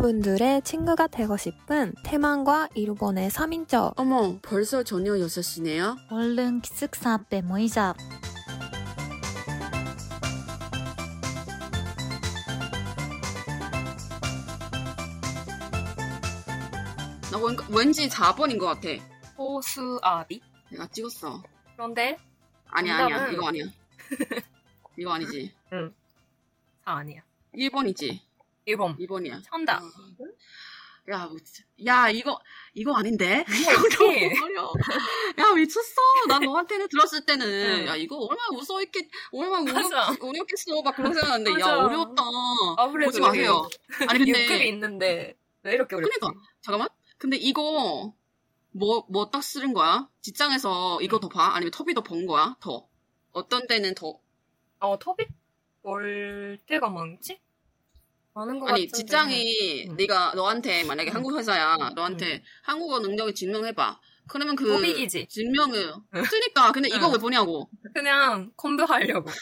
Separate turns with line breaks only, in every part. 여러분들의 친구가 되고 싶은 태만과 일본의 3인조
어머, 벌써 저녁 6시네요?
얼른 기숙사 앞에 모이자.
나 왠, 왠지 4번인 것 같아.
호수아비?
내가 찍었어.
그런데
아니야, 아니야.
정답은-
이거 아니야. 이거 아니지.
4 아니야.
1번이지.
일본
2번이야.
천다.
야, 뭐 진짜- 야, 이거, 이거 아닌데?
어떻게?
너무 어려워. 야, 미쳤어. 난 너한테는 들었을 때는,
응.
야, 이거 얼마나 무서웠겠, 얼마나
맞아.
어렵, 어렵겠어. 막 그런 생각하는데, 야,
맞아.
어려웠다.
아무래도
보지 마세요. 아니, 근데,
6급이 있는데 왜 이렇게 어렵지?
그러니까. 잠깐만. 근데 이거, 뭐, 뭐 딱 쓰는 거야? 직장에서 이거 더 봐? 아니면 터비 더 번 거야? 더. 어떤 데는 더.
어 터비 올 때가 많지? 많은 것
아니
같은데.
직장이
음.
네가 너한테 만약에
음.
한국 회사야 너한테 한국어 능력을 증명해봐 그러면 그
고백이지.
증명을 쓰니까 근데 이거
응.
왜 보냐고
그냥 컴퓨하려고. 어,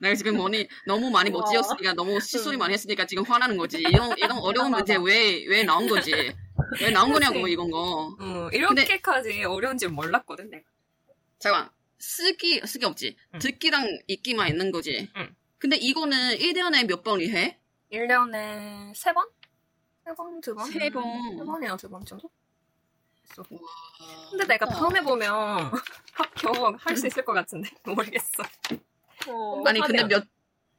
내가 지금 머니 너무 많이 못
와.
지었으니까 너무 시소리
응.
많이 했으니까 지금 화나는 거지 이런 이런 어려운
맞아,
문제 왜 왜 나온 거지 왜 나온 거냐고
그치.
이건 거
어, 이렇게까지 어려운 줄 몰랐거든 내가.
잠깐 쓰기 쓰기 없지
응.
듣기랑 읽기만 있는 거지
응.
근데 이거는 1년에 몇 번이 해?
1년에 세번세 번? 두 번?
세 번.
세번이나 두 번 정도? 했어.
와,
근데 내가
진짜.
다음에 뭐 보면 합격 할 수 있을 것 같은데 모르겠어.
아니 근데
하면.
몇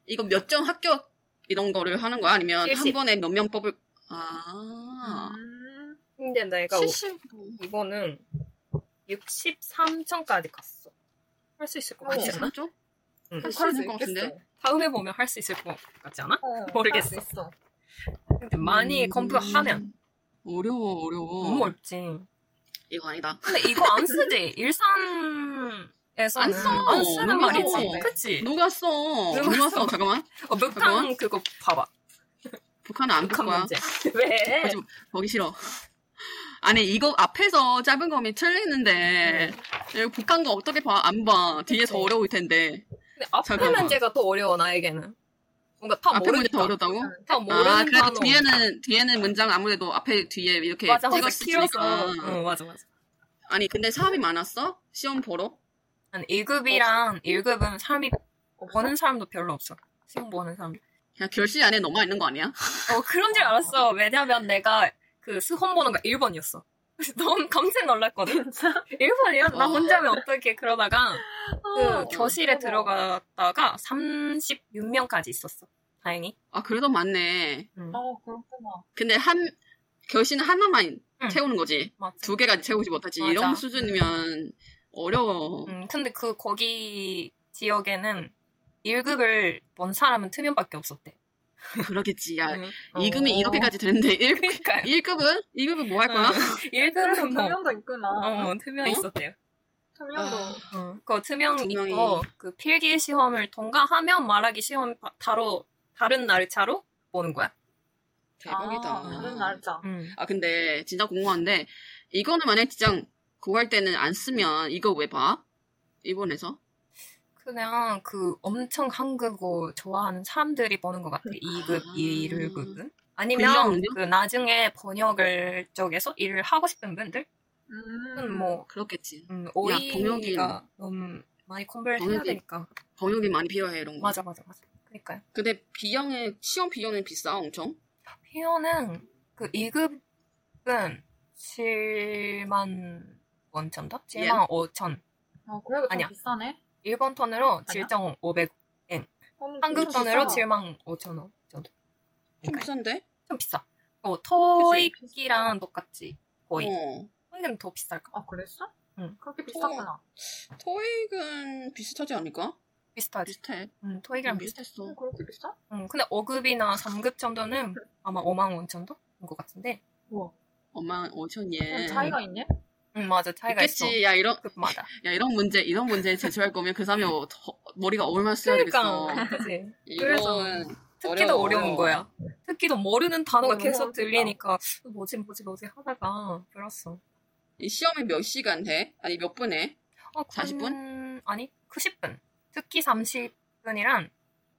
이거 몇 점 합격 이런 거를 하는 거야? 아니면 한
70.
번에 몇 명 뽑을 아
음, 근데 내가
70
이거는 63점까지 갔어. 할 수 있을 것 같지 않아?
73조?
응.
할수 있을 것 같은데?
다음에 보면 할 수 있을 것 같지 않아? 모르겠어.
할수 있어.
근데 많이
음.
검토하면
어려워 어려워
너무 어렵지.
이거 아니다
근데 이거 안 쓰지. 일산에서는
안 써.
안 쓰는
너무
말이지.
어려워.
그치?
누가 써
누가
누가 써
써?
잠깐만
어, 북한
잠깐만.
그거 봐봐.
북한은 안
북한
볼 거야
문제. 왜?
하지 마. 보기 싫어 아니 이거 앞에서 짧은 거면 틀리는데 이거 북한 거 어떻게 봐안봐 뒤에 더
네. 그치.
어려울 텐데
근데 앞에
잠깐만.
문제가 더 어려워 나에게는. 뭔가 다
앞에 문제
아, 모르니까.
더 어렵다고?
다 모르는
아 그래도
단어.
뒤에는 뒤에는 문장 아무래도 앞에 뒤에 이렇게
맞아, 맞아,
찍었으니까
키워서. 응, 맞아, 맞아.
아니 근데 사업이 많았어? 시험 보러?
난 1급이랑 1급은 사람이 버는 사람도 별로 없어. 시험 버는 사람.
그냥 결실 안에 넘어 있는 거 아니야?
어 그런 줄 알았어. 왜냐면 내가 그 수험 보는 거 1번이었어. 그래서 너무 깜짝 놀랐거든.
진짜?
1번이야? 나
어.
혼자면 어떻게 그러다가 그 교실에
어머.
들어갔다가 36명까지 있었어. 다행히. 음.
아 그래도 많네.
어, 그렇구나.
근데 한 결실은 하나만
응.
채우는 거지.
맞지.
두 개까지 채우지 못하지.
맞아.
이런 수준이면 어려워.
음, 근데 그 거기 지역에는 1급을 본 사람은 트면밖에 없었대.
그러겠지. 야
음.
이금이 이렇게까지 되는데 1,
그러니까요.
1급은? 1급은 뭐 할 거야?
네. 1급은 뭐
투명도 있구나.
어, 투명
어?
있었대요.
투명도.
아,
어, 그 투명
투명이.
있고 그 필기 시험을 통과하면 말하기 시험 바- 바로 다른 날짜로 보는 거야.
대박이다.
아, 다른 날짜.
아 근데 진짜 궁금한데 이거는 만약 직장 구할 때는 안 쓰면 이거 왜 봐? 일본에서?
그냥 그 엄청 한국어 좋아하는 사람들이 그, 보는 것 같아. 2급, 1급은. 아니면
그냥
그 나중에 번역을 쪽에서 일을 하고 싶은 분들은
음.
뭐
그렇겠지.
음,
번역이-
오이가 너무 많이 공부를 해야
번역이-
되니까.
번역이 많이 필요해 이런 거.
맞아, 맞아, 맞아. 그러니까요.
근데 비용에 시험 비용은 비싸 엄청.
피어는 그 2급은 7만 원천다? 7만 5천.
어, 그래도 좀
아니야.
비싸네.
일본 톤으로 7,500. 한국 돈으로 7만 5천 원 정도.
좀
그러니까요.
비싼데?
좀 비싸. 어, 토익이랑 똑같지. 거의.
어.
근데 더 비쌀까?
아, 그랬어?
응. 어.
그렇게 비쌌구나.
토익은 비슷하지 않을까?
비슷하지.
비슷해.
음,
응,
토익이랑 비슷.
비슷했어.
어, 그렇게 비싸?
음, 근데 5급이나 3급 정도는 아마 5만 원 정도인 것 같은데.
엄마 5천
그럼
예.
차이가 있네?
음, 맞아. 차이가 있어.
있겠지. 야 이런
급마다.
야 이런 문제 이런 문제 제출할 거면 그 사람이 어, 더- 머리가 얼마나 써야 되겠어.
그러니까. 그치. 그래서.
이거는
특기도
어려워.
어려운 거야. 특기도 모르는 단어가
어,
계속
너무 어렵다.
들리니까 뭐지 뭐지 뭐지 하다가 들었어.
이 시험이 몇 시간 돼? 아니 몇 분에?
어,
40분?
그건- 아니 90분. 특기 30분이랑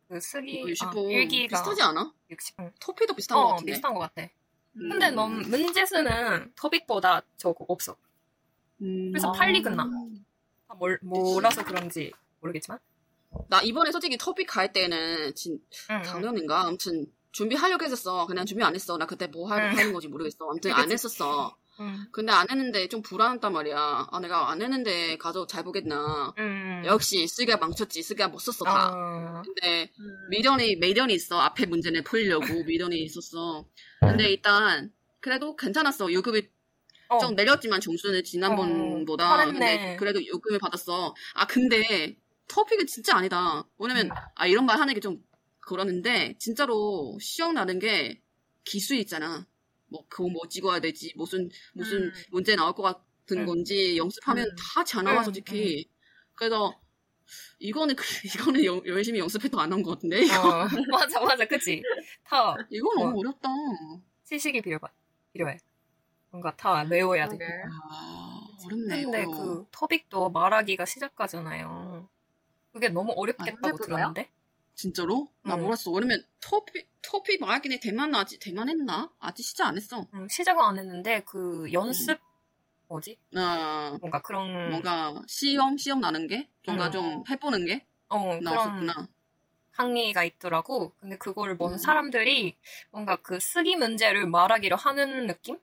그 쓰기
이거 65
아, 일기가
어, 비슷하지 않아?
60.
토피도 비슷한 것
어
같은데.
비슷한 것 같아.
음.
근데 넌 문제수는 토빅보다 저거 없어.
음.
그래서
아.
팔리 끝나. 다 몰, 몰라서 그런지 모르겠지만.
음. 나 이번에 솔직히 토픽 갈 때는 진
응, 응.
작년인가 아무튼 준비하려고 했었어. 그냥 준비 안 했어. 나 그때 뭐 하-
음.
하는 건지 모르겠어. 아무튼 안 했었어.
응.
근데 안 했는데 좀 불안했단 말이야. 아 내가 안 했는데 가서 잘 보겠나.
응.
역시 쓰기가 망쳤지. 쓰기가 못 썼어 다.
아,
근데
음.
미련이 미련이 있어. 앞에 문제는 풀려고 미련이 있었어. 근데 일단 그래도 괜찮았어. 요금이
어.
좀 내렸지만 점수는
어,
지난번보다
잘했네.
근데 그래도 요금을 받았어. 아 근데 토픽은 진짜 아니다. 왜냐면
음.
아 이런 말 하는 게 좀 그러는데 진짜로 시험 나는 게 기술 있잖아. 뭐 그거 뭐 찍어야 되지 무슨 무슨
음.
문제 나올 것 같은
음.
건지 연습하면
음.
다 잘 나와
음,
솔직히. 그래서 이거는 그- 이거는 영- 열심히 연습해도 안 한 것 같은데 이거
어, 맞아 맞아 그치. 다
이거 너무 어렵다.
지식이 필요해. 필요해. 뭔가 다 외워야 돼.
그러게.
아 음. 어렵네.
근데
이거.
그 토빅도 말하기가 시작하잖아요. 그게 너무
언제
아,
어렵겠다고
불러요?
들었는데?
진짜로? 나
응.
몰랐어. 왜냐면 토피 토피 마약이네 대만 아직 대만 했나? 아직 시작 안 했어.
음, 시작은 안 했는데 그 연습 뭐지?
아
뭔가 그런
음. 뭔가 시험 시험 나는 게 뭔가
음.
좀 해보는 게
어 그런
나왔었구나.
항의가 있더라고. 근데 그거를 본
음.
사람들이 뭔가 그 쓰기 문제를 말하기로 하는 느낌?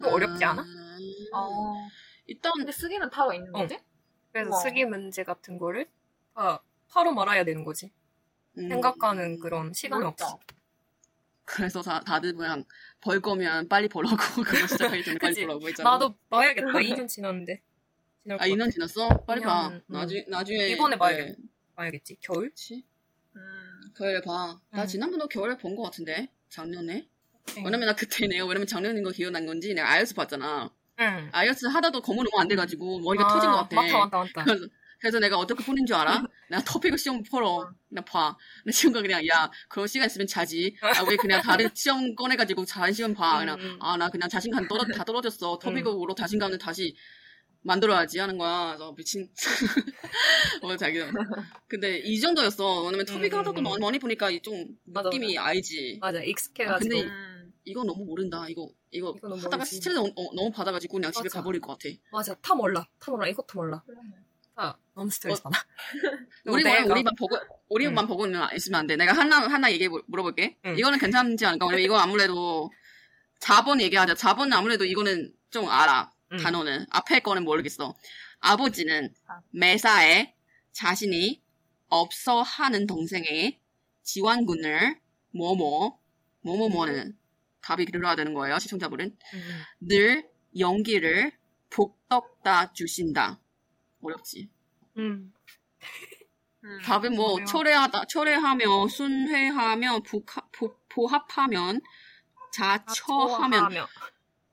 또 어렵지 않아?
아,
어.
일단
근데 쓰기는 다 있는
어.
거지?
그래서
우와.
쓰기 문제 같은 거를 다 바로 말아야 되는 거지.
음,
생각하는 그런 시간이
어렵다. 아,
없어.
그래서 다 다들 그냥 벌 거면 빨리 벌라고 그거 시작하기 전에 빨리
그치.
벌라고 했잖아.
나도 봐야겠다. 2년 지났는데. 지날
아
것 같아.
2년 지났어? 빨리 봐.
그냥, 음.
나중 나중에
이번에 봐야겠다.
네,
봐야겠지. 겨울?
그치?
음.
겨울에 봐. 나
음.
지난번도 겨울에 본 것 같은데 작년에.
응.
왜냐면 나 그때 내가 왜냐면 작년인 거 기억난 건지 내가 아이어스 봤잖아.
응.
아이어스 하다도 검은 너무 안 돼가지고 머리가
아,
터진 것 같아.
맞다, 맞다, 맞다.
그래서, 그래서 내가 어떻게 푸는 줄 알아? 나 토픽을 시험 풀어. 나 봐. 나 시험관 그냥 야 그런 시간 있으면 자지. 아 왜 그냥 다른 시험 꺼내가지고 자는 시험 봐. 그냥
음, 음.
아 나 그냥 자신감 떨어 다 떨어졌어. 토픽으로 자신감을 다시 만들어야지 하는 거야. 그래서 미친. 어 자기. 근데 이 정도였어. 왜냐면 토픽
음,
하다도
음.
많이, 많이 보니까 이좀
맞아,
느낌이 알지.
맞아, 익숙해가지고.
아, 근데
음.
이거 너무 모른다. 이거 이거
이거 너무
하다가
모르지.
스트레스 어- 어, 너무 받아가지고 그냥 집에
맞아.
가버릴 것 같아.
맞아, 타 몰라. 타 몰라. 이것도 몰라.
그러네.
다 너무 스트레스 받아.
어. 우리
내가-
그냥 우리만 보고 우리만 보고 있으면 안 돼. 내가 하나 하나 얘기 물어볼게.
응.
이거는 괜찮지 않을까? 왜냐면 이거 아무래도 4번 얘기하자. 4번은 아무래도 이거는 좀 알아.
응.
단어는 앞에 거는 모르겠어. 음. 아버지는
아.
매사에 자신이 없어 하는 동생의 지원군을 뭐뭐 뭐뭐뭐는 답이 들어야 되는 거예요. 시청자분은
응.
늘 연기를 복덕다 주신다. 어렵지.
응.
음.
답은 뭐
어려워.
초래하다 초래하며 순회하며 북하, 보, 보합하면 아, 자처하면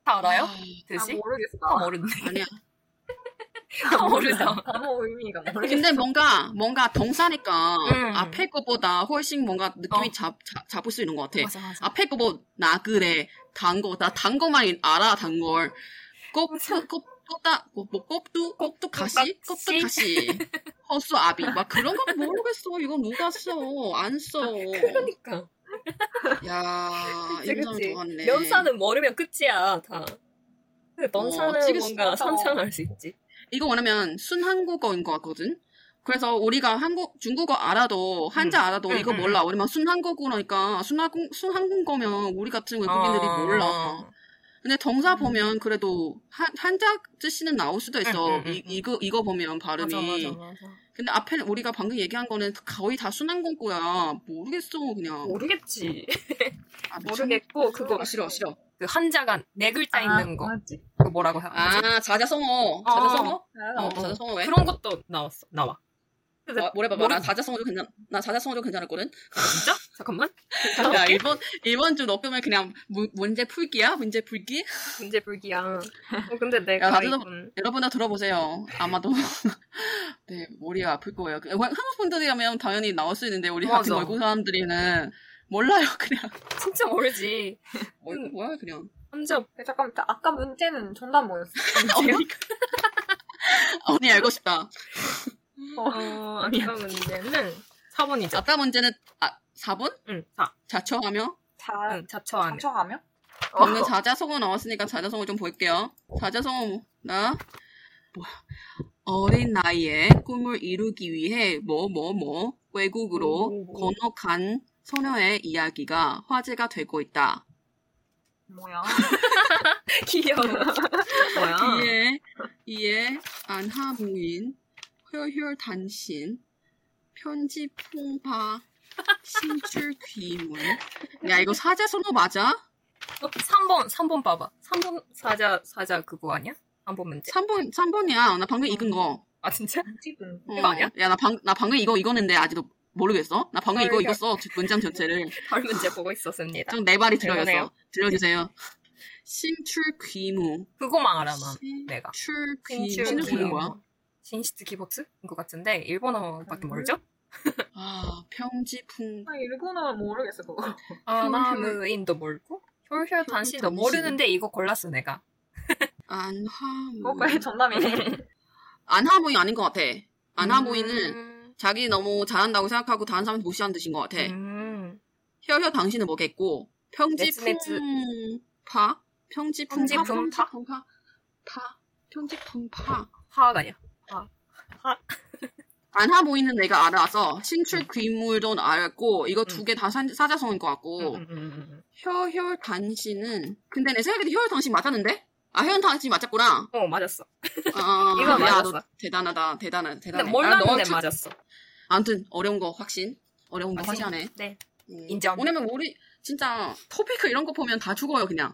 다 알아요?
아,
뜻이? 다
모르겠어.
모르네.
아니야.
다 아, 모르죠.
단어 의미가 모르겠어.
근데 뭔가 뭔가 동사니까
음.
앞에 거보다 훨씬 뭔가 느낌이
어.
잡, 잡 잡을 수 있는 것 같아.
맞아, 맞아.
앞에 거보 나 그래 단거나단 거만 알아 단 걸.
맞아.
꼽꼽 꼽다 뭐 꼽두 꼽두 가시 꼽두
꼽두
가시 허수 아비 막 그런 건 모르겠어. 이거 누가 써? 안 써.
그러니까.
야,
그치,
인상을
그치.
더 왔네.
면사는 모르면 끝이야, 다. 근데 넘사는
어찌겠어.
뭔가 상상할 수 있지.
이거 뭐냐면 순한국어인 것 같거든. 그래서 우리가 한국 중국어 알아도 한자 알아도
응,
이거
응,
몰라. 우리만 순한국어니까 순한국 순한국어면 우리 같은 외국인들이
아. 음.
몰라. 근데 동사 보면 그래도 한 한자 뜻이는 나올 수도 있어.
응, 응, 응,
이,
응.
이거 이거 보면 발음이.
음, 맞아, 맞아, 맞아.
근데 앞에 우리가 방금 얘기한 거는 거의 다 순한국어야. 모르겠어 그냥.
모르겠지.
아, 미쳤네.
모르겠고, 그거,
아, 싫어 싫어.
그 한자가 네 글자 있는 거.
맞지.
그 뭐라고 하지?
아 자자성어 자자성어
아,
어
어.
자자성어 왜?
그런 것도 나왔어, 나와. 근데
뭐, 뭐래 봐봐. 나
모르-
자자성어도 괜찮, 나 자자성어도 괜찮았거든?
진짜? 잠깐만.
야, 이번, 이번 주 높으면 그냥 무- 문제 풀기야? 문제 풀기?
문제 불기야. 어, 근데
야,
내가
나도
이건
여러분들 들어보세요. 아마도. 네, 머리가 아플 거예요. 그냥 한국 분들이라면 당연히 나올 수 있는데, 우리 같은
맞아.
외국 사람들이는 몰라요, 그냥.
진짜 모르지. 어,
뭐,
음.
뭐야, 그냥.
한자
근데 잠깐만, 자, 아까 문제는 정답 뭐였어?
언니 알고 싶다.
어, 아까 문제는 4번이죠.
아까 문제는 아 4번?
응, 자,
자처하며
자,
응, 아, 자처하며.
자처하며?
방금 자자성어 나왔으니까 자자성어 좀 볼게요. 자자성어 나 뭐야? 어린 나이에 꿈을 이루기 위해 뭐 뭐 뭐 외국으로
음.
건너간 소녀의 이야기가 화제가 되고 있다.
뭐야?
귀여워. 뭐야?
이에 이에 안하부인 혈혈단신 편지 풍파 신출 귀문 야 이거 사자성어 맞아?
어, 3번, 3번 봐봐. 3번 사자, 사자 그거 아니야? 3번 문제.
3번 3번이야. 나 방금 읽은 거.
아, 진짜?
지금.
어,
이거 아니야?
야, 나 방, 나 방금 이거 읽었는데 아직도 모르겠어? 나 방금 이거
헐,
읽었어. 저 문장 전체를.
다른 문제 보고 있었습니다.
좀내 발이 들어였어.
대단해요.
들려주세요. 신출 귀무.
그거만 알아, 난. 내가.
신출 귀무.
음, 신출
신출 귀무 뭐야?
신시트 기법스? 인것 같은데, 일본어밖에
음.
모르죠?
아, 평지풍.
나 일본어는 모르겠어, 그거.
아, 아나무인도 모르고, 혈혈 단신도
단신.
모르는데 이거 골랐어, 내가.
그거의
어,
어,
안하무이.
정답이네.
안하무이 아닌 것 같아. 안하무이는
음.
자기 너무 잘한다고 생각하고 다른 사람한테 무시하는 뜻인 것 같아.
음.
혀혀 당신은 뭐겠고,
네츠,
평지풍파? 평지풍파?
평지풍파?
평지풍파? 파? 평지풍파?
화가 아니야.
안하 보이는 내가 알아서 신출 귀물도 알았고 이거 두 개 다 사자성인 것 같고
음, 음, 음, 음.
혀혈 단신은 근데 내 생각에도 혀혈 단신 맞았는데 아 혀혈 단신 맞았구나
어, 맞았어.
아,
이건
야,
맞았어.
너 대단하다 대단해 대단해
근데 몰랐는데
아, 너 참-
맞았어.
아무튼 어려운 거 확신 어려운 거 확신하네
네.
음.
인정.
왜냐면 우리 진짜 토픽 이런 거 보면 다 죽어요 그냥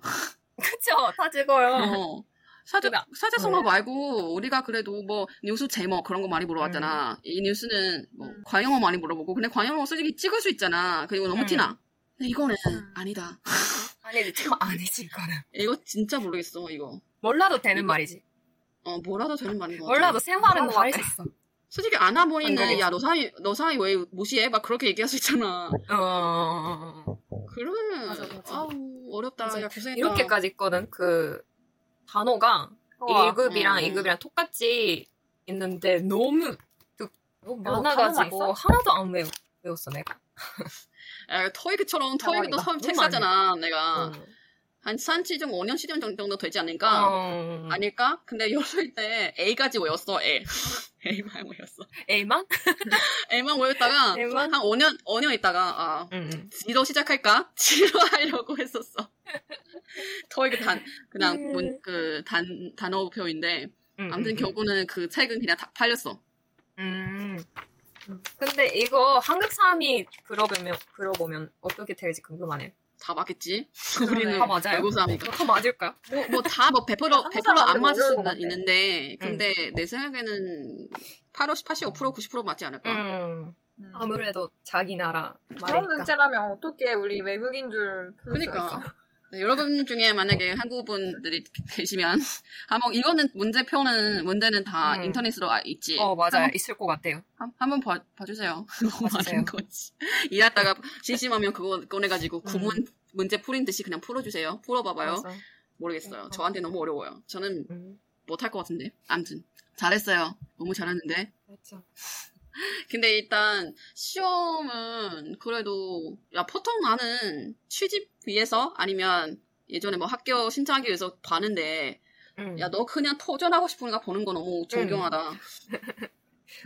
그쵸? 다 찍어요.
어. 사자,
근데 아-
사자성어
음.
말고 우리가 그래도 뭐 뉴스 제목 그런 거 많이 물어봤잖아.
음.
이 뉴스는 뭐 관용어 많이 물어보고 근데 관용어 솔직히 찍을 수 있잖아. 그리고 너무
음.
티나. 근데 이거는
음.
아니다.
아니지, 참 아니지, 이거는.
이거 진짜 모르겠어 이거.
몰라도 되는
이거-
말이지.
어 뭐라도 되는 말인 것 같아.
몰라도 생활은
몰라도
다 할 수 있어.
솔직히 아나보이는
생각이
야너 사이 너 사이 왜 무시해? 막 그렇게 얘기할 수 있잖아.
어...
그러면
맞아, 맞아.
아우 어렵다.
맞아.
야 고생했다.
이렇게까지 있거든. 그 단어가
우와.
1급이랑
음.
2급이랑 똑같이 있는데 너무 그- 너무
어,
많아가지고
단어가
하나도 안 외워, 외웠어 내가.
야, 토익처럼 토익도
대박이다.
서- 책
너무 안 돼.
사잖아 내가
음.
한 산지 좀 5년 10년 정도 되지 않을까?
어... 아니
아닐까? 근데 열흘 때 A까지 외웠어, A. A만 외웠어.
A만?
A만 외웠다가
네.
A만?
한 5년, 5년 있다가, 아,
음.
지로 시작할까? 지로 하려고 했었어. 토익 단, 그냥
음.
문, 그 단, 단어표인데,
음.
아무튼 결국은 그 책은 그냥 다 팔렸어.
음. 근데 이거 한국 사람이 들어보면 들어보면 어떻게 될지 궁금하네.
다 맞겠지?
그러네.
우리는
다 맞아요?
외국 사람이니까.
다 맞을까요?
뭐, 뭐 다, 뭐, 100%, 100%안
사람들은
맞을
모르는 것
수는
같아. 음.
있는데, 근데 내 생각에는 8, 85%, 90% 맞지 않을까?
음.
음.
아무래도 자기 나라
그런
말이니까.
문제라면 어떻게 우리 외국인 줄. 풀수 있어?
그러니까 네, 여러분 중에 만약에 한국분들이 계시면 아뭐 이거는 문제표는 문제는 다
음.
인터넷으로 아- 있지
어 맞아요. 있을 것 같아요.
한, 한번 봐, 봐주세요 너무
봐주세요.
많은
음.
거지 일하다가 심심하면 그거 꺼내가지고 구문 문제 풀인 듯이 그냥 풀어주세요 풀어봐봐요
맞아.
모르겠어요
음.
저한테 너무 어려워요 저는
음.
못할 것 같은데 암튼 잘했어요 너무 잘했는데
맞죠.
근데 일단 시험은 그래도 야 보통 나는 취직 위해서 아니면 예전에 뭐 학교 신청하기 위해서 봤는데
음.
야, 너 그냥 터전하고 싶으니까 보는 거 너무 존경하다.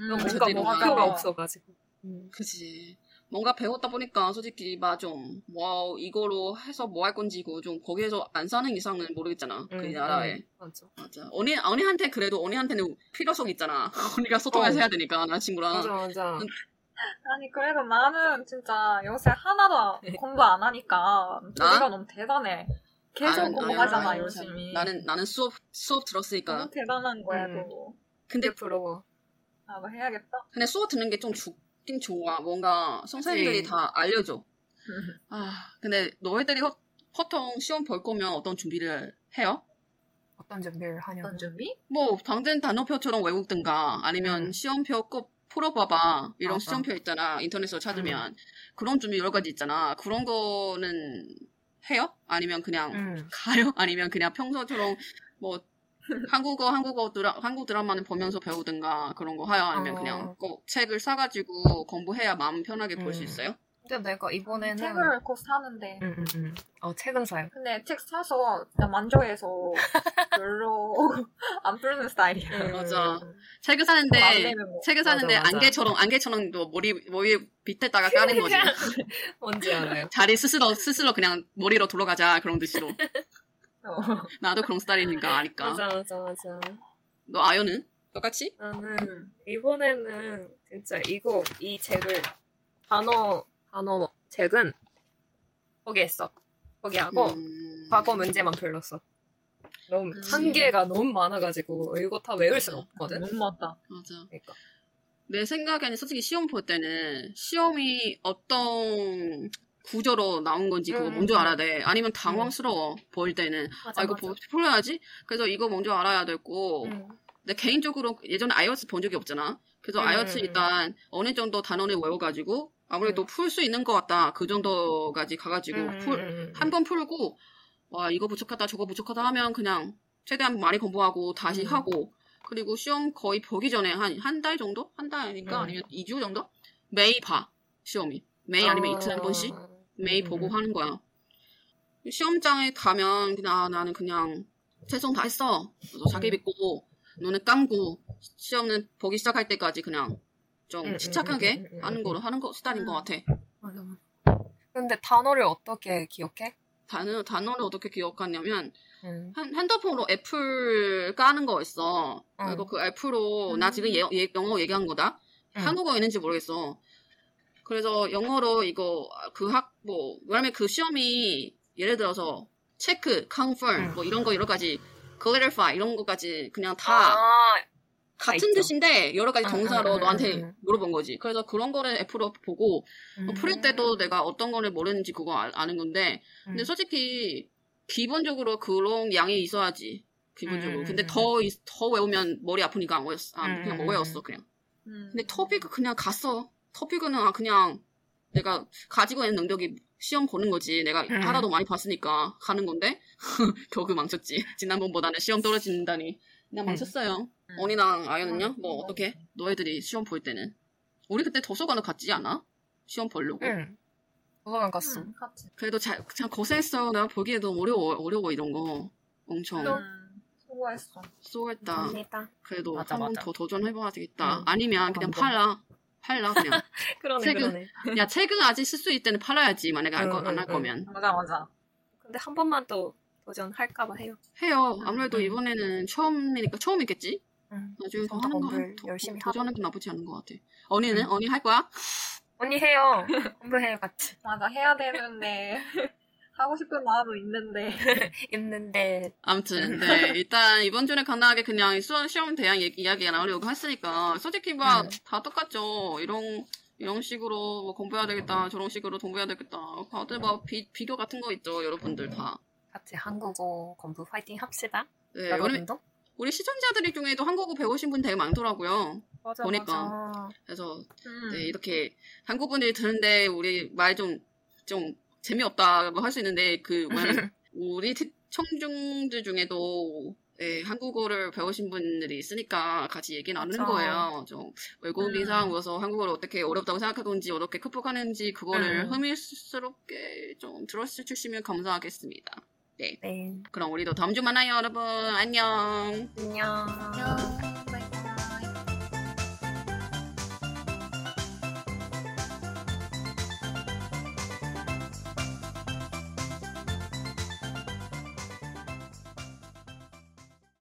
음,
너무
제대로
뭔가
안
목표가
하고.
없어가지고. 음.
그지. 뭔가 배웠다 보니까 솔직히 막 좀 와우 이거로 해서 뭐 할 건지 그좀 거기에서 안 사는 이상은 모르겠잖아 그
음,
나라에
음, 맞아.
맞아 언니 언니한테 그래도 언니한테는 필요성 있잖아 언니가 소통해서
어.
해야 되니까 나 친구랑
맞아, 맞아.
아니 그래도 나는 진짜 요새 하나도 공부 안 하니까 우리가 너무 대단해. 계속
아,
공부하잖아
나는-
열심히. 어.
나는 나는 수업 수업
너무
들었으니까
대단한 거야
음.
그거.
근데
근데 부러워.
나도 해야겠다.
근데 수업 듣는 게 좀 좋긴 좋아 뭔가 선생님들이
그치.
다 알려줘
음.
아 근데 너희들이 허- 보통 시험 볼 거면 어떤 준비를 해요?
어떤 준비를 하냐고.
어떤 준비?
뭐 당진 단어표처럼 외국든가 아니면
음.
시험표 꼭 풀어봐봐 이런
맞아.
시험표 있잖아 인터넷으로 찾으면
음.
그런 준비 여러 가지 있잖아 그런 거는 해요? 아니면 그냥
음.
가요? 아니면 그냥 평소처럼 뭐 한국어 한국어 드라 한국 드라마는 보면서 배우든가 그런 거 하여 아니면
어.
그냥 꼭 책을 사가지고 공부해야 마음 편하게 볼 수
음.
있어요.
근데 내가 이번에는
책을 곧 사는데.
음, 음, 음. 어 책은 사요.
근데 책 사서 일단 만족해서 별로 안 푸는 스타일이야.
맞아.
음.
책을 사는데
안 내면 뭐.
책을
맞아,
사는데
맞아.
안개처럼 안개처럼 또 머리 머리 밑에다가 까는 거지.
뭔지 알아요.
자리 스스로 스스로 그냥 머리로 돌아가자 그런 뜻으로.
어.
나도 그런 스타일이니까 아니까.
맞아 맞아 맞아.
너 아연은 똑같이?
나는 이번에는 진짜 이거 이 책을 단어 단어 책은 포기했어. 포기하고
음.
과거 문제만 풀렀어. 너무
음.
한계가 너무 많아가지고 이거 다 외울 수는 없거든.
못 맞다.
맞아.
그러니까
내 생각에는 솔직히 시험 볼 때는 시험이 어떤 구조로 나온 건지 그거
음,
먼저
음.
알아야 돼. 아니면 당황스러워 보일 때는
맞아,
아 이거 보- 풀어야지. 그래서 이거 먼저 알아야 되고.
음.
근데 개인적으로 예전에 아이어스 본 적이 없잖아. 그래서
음,
아이어스
음, 음.
일단 어느 정도 단원을 외워가지고 아무래도
음.
풀 수 있는 것 같다. 그 정도까지 가가지고
음,
풀,
음, 음.
한 번 풀고 와 이거 부족하다 저거 부족하다 하면 그냥 최대한 많이 공부하고 다시
음.
하고 그리고 시험 거의 보기 전에 한 한 달 정도 한 달이니까
음.
아니면 2주 정도 매일 봐 시험이 매일 아니면
어.
이틀 한 번씩 매일
음.
보고 하는 거야 시험장에 가면 그냥 아, 나는 그냥 최선 다 했어 너 자기
음.
믿고 눈을 감고 시험은 보기 시작할 때까지 그냥 좀
음, 음,
침착하게
음, 음, 음, 음.
하는 거로 하는 거 스타일인 것 같아
맞아 맞아. 근데 단어를 어떻게 기억해?
단어 단어를 어떻게 기억하냐면
음.
한, 핸드폰으로 애플 까는 거 있어.
어.
그리고 그 애플로, 나 지금 예- 예- 영어 얘기한 거다.
음.
한국어 있는지 모르겠어. 그래서 영어로 이거, 그 학, 뭐, 왜냐면 그 시험이, 예를 들어서, 체크, confirm,
음.
뭐 이런 거 여러 가지, clarify, 이런 거까지 그냥 다,
아,
같은
있죠.
뜻인데, 여러 가지
음,
동사로
음, 음,
너한테
음.
물어본 거지. 그래서 그런 거를 애플로 보고,
음.
프릴 어, 때도 내가 어떤 거를 모르는지 그거 아, 아는 건데 근데
음.
솔직히 기본적으로 그런 양이 있어야지 기본적으로
음,
근데
음,
더 더 외우면 머리 아프니까 안 외웠어 아,
음,
그냥 못
음,
외웠어
음.
그냥
음.
근데 토픽 그냥 갔어 토픽은 아, 그냥 내가 가지고 있는 능력이 시험 보는 거지 내가
음.
하나도 많이 봤으니까 가는 건데 결국 망쳤지 지난번보다는 시험 떨어진다니 그냥
음.
망쳤어요
음.
언니랑 아연은요?
음.
뭐 어떻게? 너희들이 시험 볼 때는 우리 그때 도서관을 갔지 않아? 시험 보려고
응. 도서관 갔어.
음, 같이.
그래도 잘, 참 고생했어요. 나 보기에 너무 어려워, 어려워, 이런 거. 엄청.
네.
음, 수고했어.
아,
수고했다. 그래도
맞아,
한 번
맞아.
더 도전해봐야 되겠다.
음,
아니면 그냥
완전.
팔라. 팔라, 그냥.
그러네,
책은-
그러네.
야, 책은 아직 쓸 수 있을 때는 팔아야지. 만약에 안
음,
할
음, 음.
거면.
맞아, 맞아.
근데 한 번만 또 도전할까봐 해요.
해요. 아무래도
음.
이번에는 처음이니까 처음이겠지?
응.
나중에 더
좀더
하는 거,
공부를
할- 도-
열심히
도전해도 나쁘지 않은 것 같아. 언니는?
음.
언니 할 거야?
언니 해요. 공부해요, 같이.
맞아, 해야 되는데. 하고 싶은 마음은 있는데.
있는데.
아무튼, 네. 일단, 이번 주에 간단하게 그냥 수- 시험 대한 얘기, 이야기 나오려고 했으니까, 솔직히 막,
음.
다 똑같죠. 이런, 이런 식으로 뭐 공부해야 되겠다, 저런 식으로 공부해야 되겠다. 다들 막 비, 비교 같은 거 있죠, 여러분들 다.
같이 한국어 공부 파이팅 합시다.
네,
여러
우리,
운동?
우리 시청자들 중에도 한국어 배우신 분 되게 많더라고요.
맞아,
보니까. 그래서,
음.
네, 이렇게, 한국분들이 듣는데, 우리 말 좀, 좀, 재미없다고 할 수 있는데, 그, 뭐냐,
맞아.
우리 티- 청중들 중에도 예, 한국어를 배우신 분들이 있으니까 같이 얘기 나누는
맞아.
거예요. 좀 외국인
음.
사람으로서 한국어를 어떻게 어렵다고 생각하는지 어떻게 극복하는지 그거를
음.
흥미스럽게 좀 들어주시면 감사하겠습니다.
네.
그럼 우리도 다음 주 만나요, 여러분. 안녕.
안녕.
안녕.